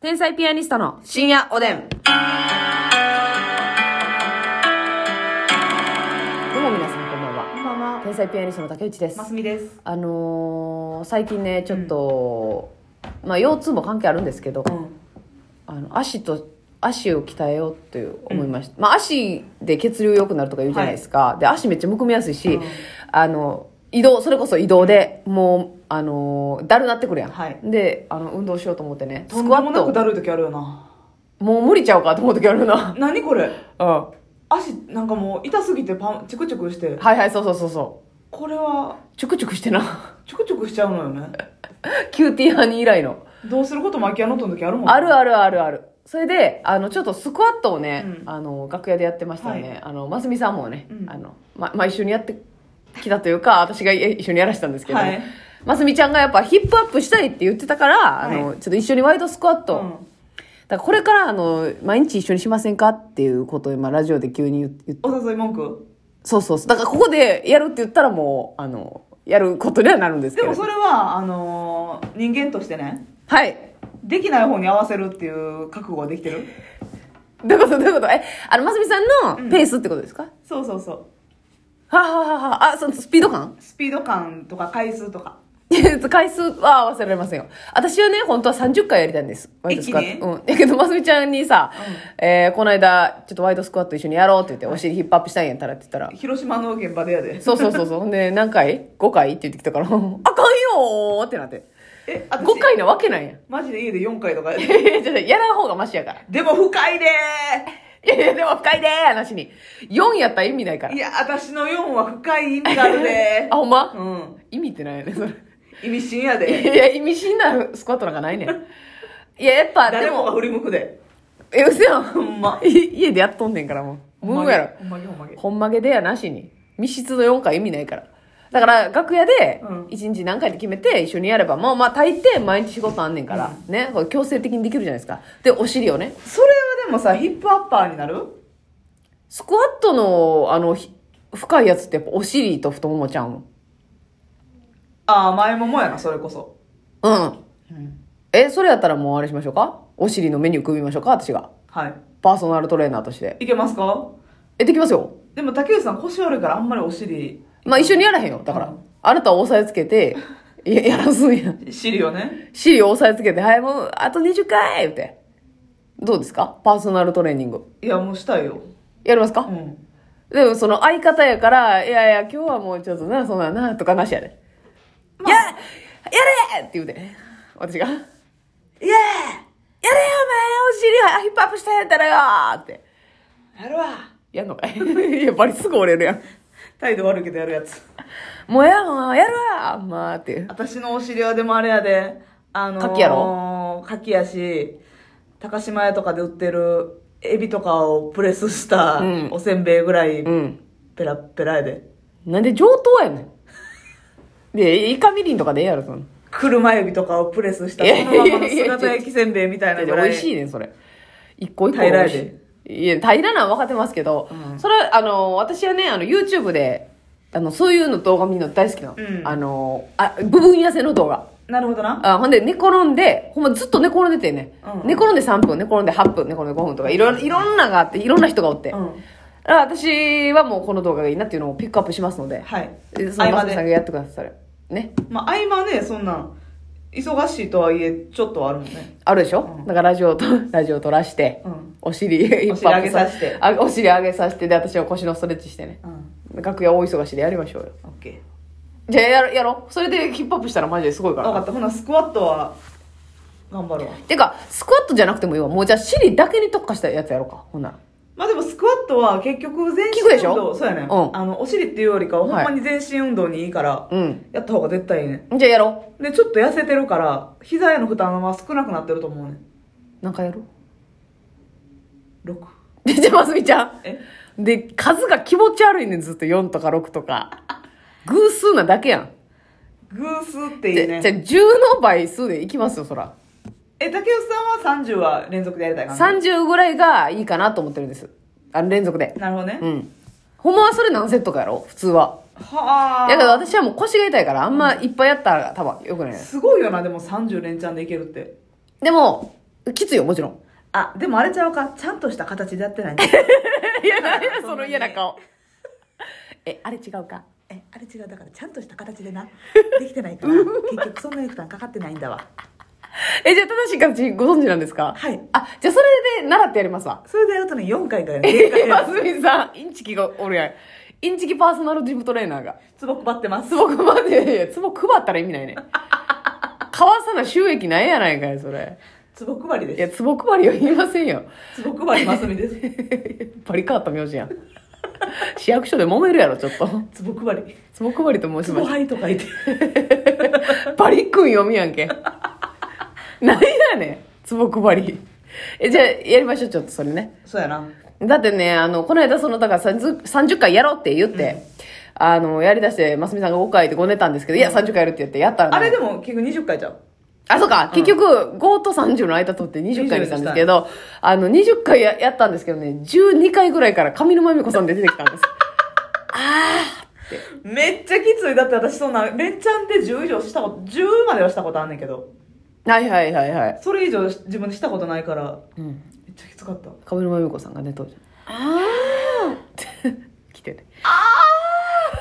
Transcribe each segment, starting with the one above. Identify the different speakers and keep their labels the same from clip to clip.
Speaker 1: 天才ピアニストの深夜おでん。どうも皆さんこんばんは。
Speaker 2: こんばんは。
Speaker 1: 天才ピアニストの竹内です
Speaker 2: マ。スミです。
Speaker 1: あのー最近ね、ちょっと、まあ腰痛も関係あるんですけど、あの足と、足を鍛えようっていう思いました。まあ足で血流良くなるとか言うじゃないですか。で、足めっちゃむくみやすいし、
Speaker 2: うん
Speaker 1: あの、移動、それこそ移動で、もう、あのーだるなってくるやん。
Speaker 2: はい
Speaker 1: で、あの、運動しようと思ってね、
Speaker 2: と
Speaker 1: ス
Speaker 2: ん
Speaker 1: クワ
Speaker 2: でも
Speaker 1: ッ
Speaker 2: なく
Speaker 1: ト、
Speaker 2: だるい時あるよな。
Speaker 1: もう無理ちゃうかと思う時あるよ な。
Speaker 2: 何これ
Speaker 1: うん。は
Speaker 2: 足なんかもう痛すぎてパン、チクチクして
Speaker 1: い。はい、そうそうそうそ
Speaker 2: これは、
Speaker 1: う。チュクチュクしてな。
Speaker 2: チクチクしちゃうのよね。
Speaker 1: キューティーハニー以来の。
Speaker 2: どうすることも空き家ノートの時あるもん。
Speaker 1: あるあるあるある。それで、あの、ちょっとスクワットをね、
Speaker 2: うん
Speaker 1: あの、楽屋でやってましたよね。
Speaker 2: はい
Speaker 1: あの、ますみさんもね、
Speaker 2: うん
Speaker 1: あの、ま、まあ、一緒にやってきたというか、私がえ一緒にやらせたんですけど、
Speaker 2: はい
Speaker 1: ますみちゃんがやっぱヒップアップしたいって言ってたから、あの、
Speaker 2: は
Speaker 1: ちょっと一緒にワイドスクワッ
Speaker 2: う
Speaker 1: ト、
Speaker 2: ん
Speaker 1: だからこれから、あの、毎日一緒にしませんかっていうことを今、ラジオで急に言って、言っ
Speaker 2: お誘い文句
Speaker 1: そうそうそう。だからここでやるって言ったらもう、あの、やることにはなるんですけ
Speaker 2: で
Speaker 1: ど。
Speaker 2: もそれは、あのー人間としてね、
Speaker 1: はい。
Speaker 2: できない方に合わせるっていう覚悟はできてる
Speaker 1: どういうことどういうことえ、あの、ますみさんのペースってことですか、
Speaker 2: そうそうそう。
Speaker 1: はあ、はあはあ、あ、そのスピード感
Speaker 2: スピード感とか回数とか。
Speaker 1: えっと回数は合わせられませんよ。私はね、本当は30回やりたいんです。ワイドスクワッ
Speaker 2: 一気
Speaker 1: ト。うん。だけど、ますみちゃんにさ、えー、この間、ちょっとワイドスクワット一緒にやろうって言って、お尻ヒップアップしたいんやったらって言ったら、
Speaker 2: 広島の現場でやで。
Speaker 1: そうそうそうそう。 ほんで、何回 ?5 回って言ってきたから、あかんよーってなって。
Speaker 2: え、私
Speaker 1: 5回なわけないやん。
Speaker 2: マジで家で4回とかや
Speaker 1: い
Speaker 2: で。
Speaker 1: やいやちょっとやらん方がマシやから。
Speaker 2: でも深いで
Speaker 1: いやいや、でも深いでー話に。4やったら意味ないか
Speaker 2: ーい
Speaker 1: ら。
Speaker 2: や、私の4は深い意味があるで
Speaker 1: あ、ほんま、
Speaker 2: ー。うん。
Speaker 1: 意味ってないよね、それ。
Speaker 2: 意味深や
Speaker 1: い
Speaker 2: で。
Speaker 1: やいや、意味深なスクワットなんかないねん。いや、やっぱ、で
Speaker 2: 誰もが
Speaker 1: も、
Speaker 2: 振り向くで。
Speaker 1: え、うせやん。
Speaker 2: ほんま。
Speaker 1: い 家でやっとんねんからもう。ムーやろ。
Speaker 2: ほんまげほんまげほんま
Speaker 1: ほんまげでやなしに。密室の4回意味ないから。だから、楽屋で
Speaker 2: うん、
Speaker 1: 1日何回って決めて、一緒にやれば、まあまあ、大抵毎日仕事あんねんから、ね、これ強制的にできるじゃないですか。で、お尻をね、
Speaker 2: げそれはでもさ、ヒップアッパーになる
Speaker 1: スクワットの、あの、ひ深いやつってやっぱお尻と太ももちゃうもん。
Speaker 2: ああ、前ももやな、それこそ。
Speaker 1: うん。え、それやったらもうあれしましょうかお尻のメニュー組みましょうか私が。
Speaker 2: は
Speaker 1: パーソナルトレーナーとして。
Speaker 2: い。いけますか
Speaker 1: え、できますよ。
Speaker 2: でも竹内さん腰悪いからあんまりお尻、
Speaker 1: まあ一緒にやらへんよ。だから
Speaker 2: うん、
Speaker 1: あなたを押さえつけて、や、やらすんや。
Speaker 2: 尻をね。
Speaker 1: シリを押さえつけて、はい、もう、あと20回って。どうですかパーソナルトレーニング。
Speaker 2: いや、もうしたいよ。
Speaker 1: やります
Speaker 2: う
Speaker 1: か、
Speaker 2: ん。
Speaker 1: でも、その相方やから、いやいや、今日はもうちょっとな、そんなな、とかなしやで。
Speaker 2: まあ
Speaker 1: ややれって言うて。私が。やれよ、お
Speaker 2: イエ
Speaker 1: 前お尻はヒップアップしたんやったらよって。
Speaker 2: ーイやるわ。
Speaker 1: やんのかい いや、バリすぐ折れるやん。
Speaker 2: 態度悪いけどやるやつ。
Speaker 1: もうやもうやるわまあっていう。
Speaker 2: 私のお尻はでもあれやで、あのー、
Speaker 1: 牡蠣や
Speaker 2: ろ牡蠣やし、高島屋とかで売ってるエビとかをプレスした
Speaker 1: うん
Speaker 2: おせんべいぐらい
Speaker 1: うん。
Speaker 2: ペラッペラやで。
Speaker 1: なんで上等やね ん。で、イカみりんとかでええやろ、その。
Speaker 2: 車エビとかをプレスした
Speaker 1: いやい
Speaker 2: そ
Speaker 1: や
Speaker 2: の
Speaker 1: いや
Speaker 2: ままの姿焼きせんべいみたいなぐらい
Speaker 1: 美味しいねんそれ一個一個
Speaker 2: 平らやで
Speaker 1: 美味しいいや平らなん分かってますけど、
Speaker 2: うん
Speaker 1: それはあの私はねあの YouTube であのそういうの動画見るの大好きなの、
Speaker 2: うん
Speaker 1: あのあ部分痩せの動画
Speaker 2: なるほどな
Speaker 1: あほんで寝転んでほんまずっと寝転んでてね、
Speaker 2: うん
Speaker 1: 寝転んで3分寝転んで8分寝転んで5分とかいろいろいろんながあっていろんな人がおって、
Speaker 2: う
Speaker 1: だか
Speaker 2: ん
Speaker 1: ら私はもうこの動画がいいなっていうのをピックアップしますので、
Speaker 2: はい
Speaker 1: でそ
Speaker 2: 合
Speaker 1: のマ
Speaker 2: 間
Speaker 1: スさんが
Speaker 2: ね
Speaker 1: やってくださるね
Speaker 2: まあ合間ねそんなん忙しいとはいえちょっとはあるもんね
Speaker 1: あるでしょ、
Speaker 2: うん
Speaker 1: だからラジオとラジオ撮らして、
Speaker 2: うん
Speaker 1: お尻一
Speaker 2: お尻上げさせて
Speaker 1: あお尻上げさせてで私は腰のストレッチしてね
Speaker 2: うん
Speaker 1: 楽屋大忙しでやりましょうよ
Speaker 2: OK
Speaker 1: じゃあやろやろそれでヒップアップしたらマジですごいか
Speaker 2: 分
Speaker 1: ら
Speaker 2: かったほなスクワットは頑張るわ
Speaker 1: てかスクワットじゃなくてもいいわもうじゃあ尻だけに特化したやつやろうかほんなら
Speaker 2: まあでもスクワットは結局全身
Speaker 1: 効くで
Speaker 2: 運
Speaker 1: しょ
Speaker 2: 動そうやね、
Speaker 1: うん
Speaker 2: あのお尻っていうよりかはほん
Speaker 1: はい
Speaker 2: まに全身運動にいいから
Speaker 1: うん
Speaker 2: やった方が絶対いいね
Speaker 1: じゃあやろ
Speaker 2: でちょっと痩せてるから膝への負担は少なくなってると思うね
Speaker 1: う何回やろう
Speaker 2: 6
Speaker 1: でじゃあますみちゃん
Speaker 2: え
Speaker 1: で数が気持ち悪いねんずっと4とか6とか偶数なだけやん
Speaker 2: 偶数って
Speaker 1: じ
Speaker 2: い
Speaker 1: ゃ
Speaker 2: いね
Speaker 1: じゃあ10の倍数でいきますよそら
Speaker 2: え、竹内さんは30は連続でやりたい感じ
Speaker 1: 30ぐらいがいいかなと思ってるんですあの連続で
Speaker 2: なるほどね。
Speaker 1: うんほんまはそれ何セットかやろ普通は
Speaker 2: はあ。
Speaker 1: だけど私はもう腰が痛いからあんまいっぱいやったら多分よくないです
Speaker 2: すごいよな、でも30連チャンでいけるって。
Speaker 1: でもきついよもちろん
Speaker 2: あ、でもあれちゃうか。ちゃんとした形でやって ないんだ
Speaker 1: 嫌な
Speaker 2: 嫌な
Speaker 1: その嫌な顔えあれ違うか
Speaker 2: え、あれ違う。だから、ちゃんとした形でな。できてないから、結局そんなに負担かかってないんだわ。
Speaker 1: えじゃあ正しい形ご存知なんですか
Speaker 2: はい
Speaker 1: あじゃあそれで習ってやりますわ
Speaker 2: それでやるとね、4回 からね、
Speaker 1: え真澄さんインチキがおるやんインチキパーソナルジムトレーナーが
Speaker 2: つぼ配ってます。
Speaker 1: 壺配っていやいや壺配ったら意味ないね買わさな収益ないやないかいそれ
Speaker 2: つぼ配り
Speaker 1: い
Speaker 2: で
Speaker 1: や壺配りは言いませんよ
Speaker 2: す。つぼ配りますみです。
Speaker 1: バリ変わった名字やん市役所で揉めるやろちょっと
Speaker 2: つぼ配り。
Speaker 1: 壺配りと申
Speaker 2: つ
Speaker 1: し
Speaker 2: ぼ
Speaker 1: まし
Speaker 2: 配とか言って。
Speaker 1: たバリックン読みやんけ何やねん壺配りえじゃあやりましょうちょっとそれね
Speaker 2: そうやな。
Speaker 1: だってね、あの、この間その、だから 30, 30回やろうって言って、あの、やりだして、ますみさんが5回で5寝たんですけど、いや、30回やるって言って、やったら、ね、
Speaker 2: あれでも結局20回ちゃう。
Speaker 1: あ、そうか、結局、5と30の間取って20回にしたんですけど、あの、20回ややったんですけどね、12回ぐらいから上沼恵美子さんで出てきたん です。
Speaker 2: めっちゃきつい。だって私そんな、連チャンで10以上したこと、10まではしたことあんねんけど、
Speaker 1: はいはいはいはい。
Speaker 2: それ以上自分でしたことないから、
Speaker 1: うん。
Speaker 2: めっちゃきつかった。
Speaker 1: 上沼恵美子さんが寝とるじゃん。ああ来てね。あ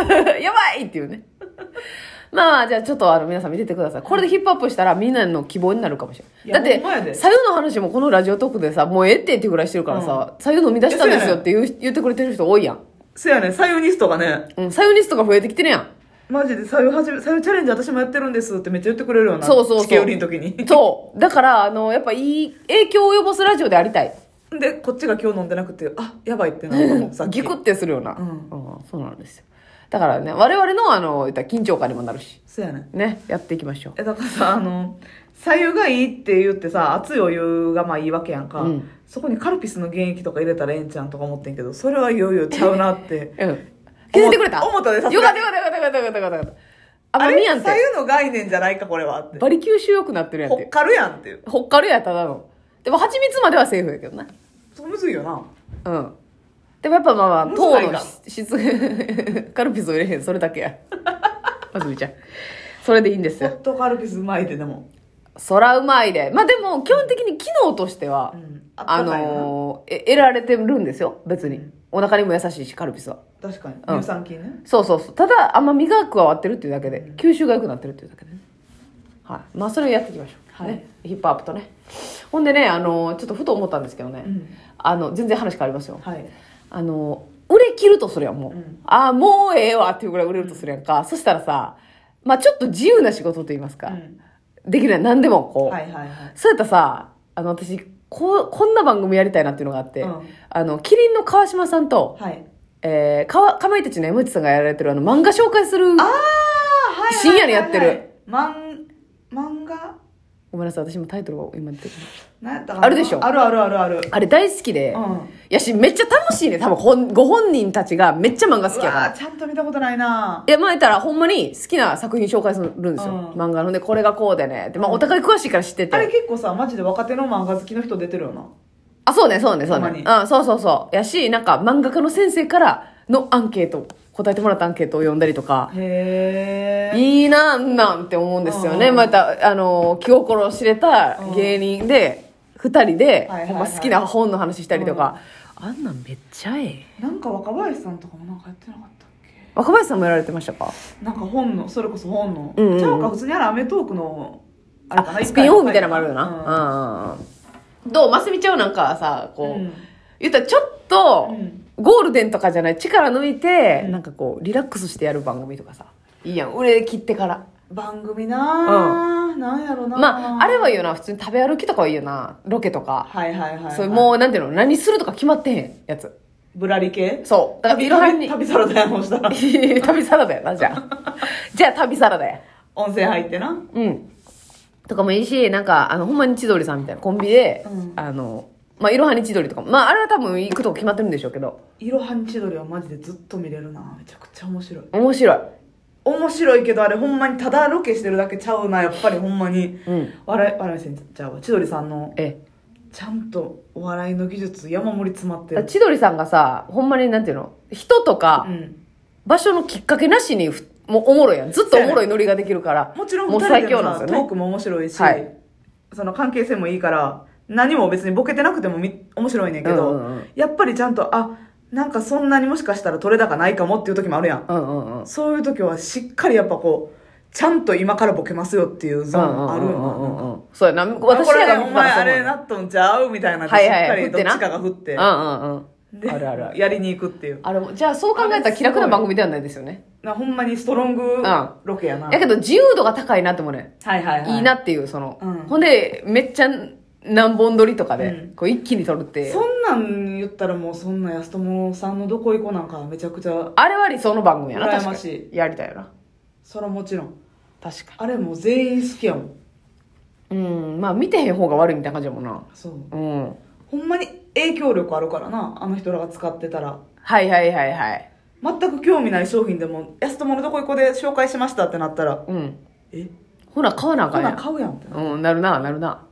Speaker 1: あ やばいっていうね。まあまあ、じゃあちょっとあの皆さん見ててください。これでヒップアップしたらみんなの希望になるかもしれない。
Speaker 2: い
Speaker 1: だ
Speaker 2: やほんま
Speaker 1: っ
Speaker 2: や
Speaker 1: て、
Speaker 2: で
Speaker 1: さゆの話もこのラジオトークでさ、もうええってってぐらいしてるからさ、さゆ飲み出したんですよって言う言ってくれてる人多いやん。
Speaker 2: せやねん、左右ニストがね、
Speaker 1: うん、さゆニストが増えてきてるやん。
Speaker 2: マジで左右始め、左右チャレンジ私もやってるんですってめっちゃ言ってくれるよな。
Speaker 1: そうそうそう
Speaker 2: 地球売りの時に。
Speaker 1: そう。だから、あの、やっぱいい影響を及ぼすラジオでありたい。
Speaker 2: で、こっちが今日飲んでなくて、あ、やばいってなるかも、さっ
Speaker 1: ギ
Speaker 2: き。
Speaker 1: クってするような。
Speaker 2: うん
Speaker 1: うん、そうなんですよ。だからね、我々のあの、言ったら緊張感にもなるし。
Speaker 2: そうやねん。
Speaker 1: ね、やっていきましょう。
Speaker 2: えだからさあの左右がいいって言ってさ熱いお湯がまあいいわけやんか、
Speaker 1: うん
Speaker 2: そこにカルピスの原液とか入れたらええんちゃんとか思ってんけどそれはいよいよちゃうなって
Speaker 1: うん。気づいてくれた
Speaker 2: 思った思ったでさす
Speaker 1: よか
Speaker 2: が
Speaker 1: った
Speaker 2: に
Speaker 1: よかったよかったよかったよかったよかった。
Speaker 2: あ
Speaker 1: あ、ま
Speaker 2: れ
Speaker 1: みやんっ
Speaker 2: 左
Speaker 1: て。
Speaker 2: 右の概念じゃないかこれはって
Speaker 1: バリ吸収よくなってるやんっ。
Speaker 2: ほってかるやんっていう
Speaker 1: ほっかるや、ただの。でも、蜂蜜まではセーフやけどな。
Speaker 2: そうむずいよな
Speaker 1: うん。でもやっぱまあまあ、
Speaker 2: むず
Speaker 1: 糖
Speaker 2: ないか
Speaker 1: の質、 カルピスを入れへん、それだ けや。まずみちゃん。それでいいんです
Speaker 2: ホ
Speaker 1: よ。
Speaker 2: ットカルピスうまいででも、
Speaker 1: そらうまいで。まあでも、基本的に機能としては、
Speaker 2: うん、あっ
Speaker 1: あ
Speaker 2: たかいな、
Speaker 1: のーえ得られてるんですよ、別に。お腹にも優しいし、カルピスは。
Speaker 2: 確かに
Speaker 1: うん
Speaker 2: 乳酸菌ね、
Speaker 1: そうそうそうただ甘みが加わってるっていうだけで吸収が良くなってるっていうだけでねはいまあそれをやっていきましょう、
Speaker 2: はい
Speaker 1: ね、ヒップアップとねほんでねあのちょっとふと思ったんですけどね、
Speaker 2: うん
Speaker 1: あの全然話変わりますよ
Speaker 2: はい
Speaker 1: あの売れ切るとするやんもう、
Speaker 2: うん
Speaker 1: ああもうええわっていうぐらい売れるとするやんか、そしたらさまあちょっと自由な仕事といいますか、できない何でもこう、
Speaker 2: はいはいはい
Speaker 1: そうやったらさあの私こうこんな番組やりたいなっていうのがあって、
Speaker 2: うん
Speaker 1: あのキリンの川島さんと、
Speaker 2: はい
Speaker 1: えー、かわかまいたちの山内さんがやられてるあの漫画紹介する
Speaker 2: ああはいはいはいはい
Speaker 1: 深夜にやってる
Speaker 2: マン漫画
Speaker 1: ごめんなさい私もタイトルが今出てこない
Speaker 2: なんやったかな
Speaker 1: あるでしょ
Speaker 2: あるあるあるある
Speaker 1: あれ大好きで、
Speaker 2: うん
Speaker 1: やしめっちゃ楽しいね多分ほんご本人たちがめっちゃ漫画好きやか
Speaker 2: うわ
Speaker 1: ら
Speaker 2: ーちゃんと見たことないない
Speaker 1: やまあ言ったらほんまに好きな作品紹介するんですよ、
Speaker 2: うん
Speaker 1: 漫画のでこれがこうでねで、まあ、お互い詳しいから知ってて
Speaker 2: あれ結構さマジで若手の漫画好きの人出てるよな
Speaker 1: あそうねそうねそう
Speaker 2: ほんま
Speaker 1: ね
Speaker 2: に
Speaker 1: うんそうそうそうやしなんか漫画家の先生からのアンケート答えてもらったアンケートを読んだりとか
Speaker 2: へえ
Speaker 1: いいなあんなんって思うんですよね、
Speaker 2: うん
Speaker 1: またあの気心を知れた芸人で、二人で、
Speaker 2: はいはいはい
Speaker 1: ほんま好きな本の話したりとか、あんなんめっちゃええ
Speaker 2: なんか若林さんとかもなんかやってなかったっけ
Speaker 1: 若林さんもやられてましたか
Speaker 2: なんか本のそれこそ本の、
Speaker 1: うんうんうん
Speaker 2: ちゃうか普通にあるアメトークのあれかな
Speaker 1: スピンオフみたいなのもあるよ
Speaker 2: うん
Speaker 1: な。うん。どうますみちゃんはなんかはさ、こう、
Speaker 2: うん
Speaker 1: 言ったらちょっと、
Speaker 2: うん
Speaker 1: ゴールデンとかじゃない、力抜いて、
Speaker 2: うん
Speaker 1: なんかこう、リラックスしてやる番組とかさ、いいやん、売れ切ってから。
Speaker 2: 番組なー、なんやろな
Speaker 1: まあ、あれはいいいよな、普通に食べ歩きとかはいいよな、ロケとか。
Speaker 2: はいはいはい、はい、
Speaker 1: そういうもう、なんていうの、何するとか決まってへんやつ。
Speaker 2: ぶらり系
Speaker 1: そう。だから、いろはん
Speaker 2: 旅
Speaker 1: に。
Speaker 2: 旅サラダやもんしたら
Speaker 1: 旅サラダやな、じゃ あ。じゃあ、旅サラダや。
Speaker 2: 温泉入ってな
Speaker 1: うん。とかもいいし、なんか、あの、ほんまに千鳥さんみたいなコンビで、
Speaker 2: うん
Speaker 1: あの、まあ、いろはに千鳥とかも、まあ、あれは多分行くとこ決まってるんでしょうけど、
Speaker 2: いろはに千鳥はマジでずっと見れるなめちゃくちゃ面白い
Speaker 1: 面白い。
Speaker 2: 面白いけどあれほんまにただロケしてるだけちゃうなやっぱりほんまに
Speaker 1: うん。
Speaker 2: 笑い笑いせんちゃうわ千鳥さんの
Speaker 1: ええ。
Speaker 2: ちゃんとお笑いの技術山盛り詰まって
Speaker 1: だから
Speaker 2: る
Speaker 1: 千鳥さんがさ、ほんまになんていうの、人とか
Speaker 2: う、ん
Speaker 1: 場所のきっかけなしにふ、もうおもろいやん。ずっとおもろいノリができるから。
Speaker 2: もちろん
Speaker 1: もう
Speaker 2: 二人
Speaker 1: 最
Speaker 2: で
Speaker 1: 強
Speaker 2: の
Speaker 1: なん
Speaker 2: さ
Speaker 1: です
Speaker 2: ト
Speaker 1: よ
Speaker 2: ー
Speaker 1: ね。
Speaker 2: クも面白いし、
Speaker 1: はい
Speaker 2: その関係性もいいから何も別にボケてなくてもみ面白いねんけど、
Speaker 1: うんうんうん
Speaker 2: やっぱりちゃんと、あ、なんかそんなにもしかしたら取れ高ないかもっていう時もあるやん。
Speaker 1: うんうんうん
Speaker 2: そういう時はしっかりやっぱこう、ちゃんと今からボケますよっていうゾーンあるよ
Speaker 1: うんうんうんう
Speaker 2: な。
Speaker 1: んうんそうやな私
Speaker 2: これ
Speaker 1: らが
Speaker 2: ね、
Speaker 1: 見
Speaker 2: お
Speaker 1: てた
Speaker 2: 前
Speaker 1: らそ
Speaker 2: あ
Speaker 1: うな
Speaker 2: れ
Speaker 1: の
Speaker 2: なっとんちゃうみたいな
Speaker 1: はいはい
Speaker 2: しっかりどっちかが振って、
Speaker 1: うんうんう
Speaker 2: で
Speaker 1: んあるあるある
Speaker 2: やりに行くっていう。
Speaker 1: あれもじゃあそう考えたら気楽な番組ではないですよね
Speaker 2: なほんまにストロング
Speaker 1: ん
Speaker 2: ロケやな。
Speaker 1: やけど自由度が高いなって思うね
Speaker 2: はいはいはい。
Speaker 1: いいなっていうその、
Speaker 2: うん
Speaker 1: ほんでめっちゃ何本撮りとかで、
Speaker 2: うん
Speaker 1: こう一気に撮るって
Speaker 2: そんなん言ったらもうそんな安友さんのどこ行こうなんかめちゃくちゃ、
Speaker 1: あれは理想の番組やな
Speaker 2: 羨
Speaker 1: 確か
Speaker 2: ま
Speaker 1: に
Speaker 2: しい
Speaker 1: やりたいよな
Speaker 2: そらもちろん。
Speaker 1: 確か
Speaker 2: あれもう全員好きやもん。
Speaker 1: にうんまあ見てへん方が悪いみたいな感じやもんな
Speaker 2: そう。
Speaker 1: うん
Speaker 2: ほんまに影響力あるからな、あの人らが使ってたら。
Speaker 1: はいはいはいはい
Speaker 2: 全く興味ない商品でも、安友のどこ行こうで紹介しましたってなったら、
Speaker 1: うん
Speaker 2: え
Speaker 1: ほな買わなあ
Speaker 2: こ
Speaker 1: か
Speaker 2: ん
Speaker 1: んや
Speaker 2: なんん買うやんってな。
Speaker 1: うん、なるな、なるな。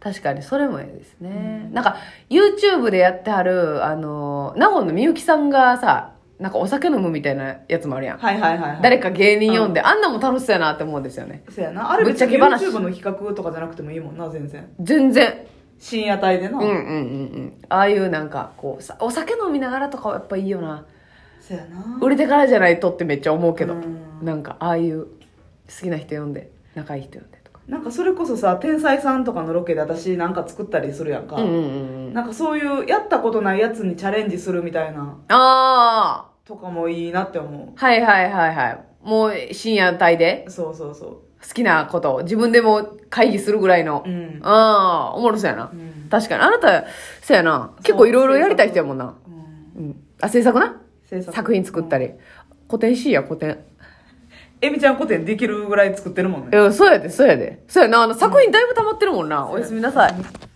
Speaker 1: 確かに、それもいいですね。なんか、YouTube でやってはる、あの、ナホンのみゆきさんがさ、なんかお酒飲むみたいなやつもあるやん。
Speaker 2: はいはいはい、はい。
Speaker 1: 誰か芸人呼んで、あんなも楽しそうやなって思うんですよね。
Speaker 2: そうやな。あれ別に
Speaker 1: ぶっちゃけ話
Speaker 2: YouTube の企画とかじゃなくてもいいもんな、全然。
Speaker 1: 全然。
Speaker 2: 深夜帯でな。
Speaker 1: うんうんうんうん。ああいうなんか、こう、さお酒飲みながらとかはやっぱいいよな。
Speaker 2: そうやな。
Speaker 1: 売れてからじゃないとってめっちゃ思うけど
Speaker 2: う、ん
Speaker 1: なんか、ああいう、好きな人呼んで、仲いい人呼んでとか。
Speaker 2: なんかそれこそさ、天才さんとかのロケで私なんか作ったりするやんか。
Speaker 1: うんうんうんうん。
Speaker 2: なんかそういうやったことないやつにチャレンジするみたいな
Speaker 1: ああ
Speaker 2: とかもいいなって思
Speaker 1: はいはいはいはい。もう深夜帯で
Speaker 2: う。そうそうそ
Speaker 1: 好きなことを自分でも会議するぐらいの、
Speaker 2: う。うん。
Speaker 1: ああおもろそうやな、
Speaker 2: ん
Speaker 1: 確かにあなたそうやな結構いろいろやりたい人やもんな
Speaker 2: うん
Speaker 1: うんあ制作な
Speaker 2: 制
Speaker 1: 作品作った
Speaker 2: り。
Speaker 1: り古典しいや古典
Speaker 2: えみちゃん古典できるぐらい作ってるもんね。
Speaker 1: うんそうやでそうやでそうやなあの作品だいぶ溜まってるもんな、おやすみなさい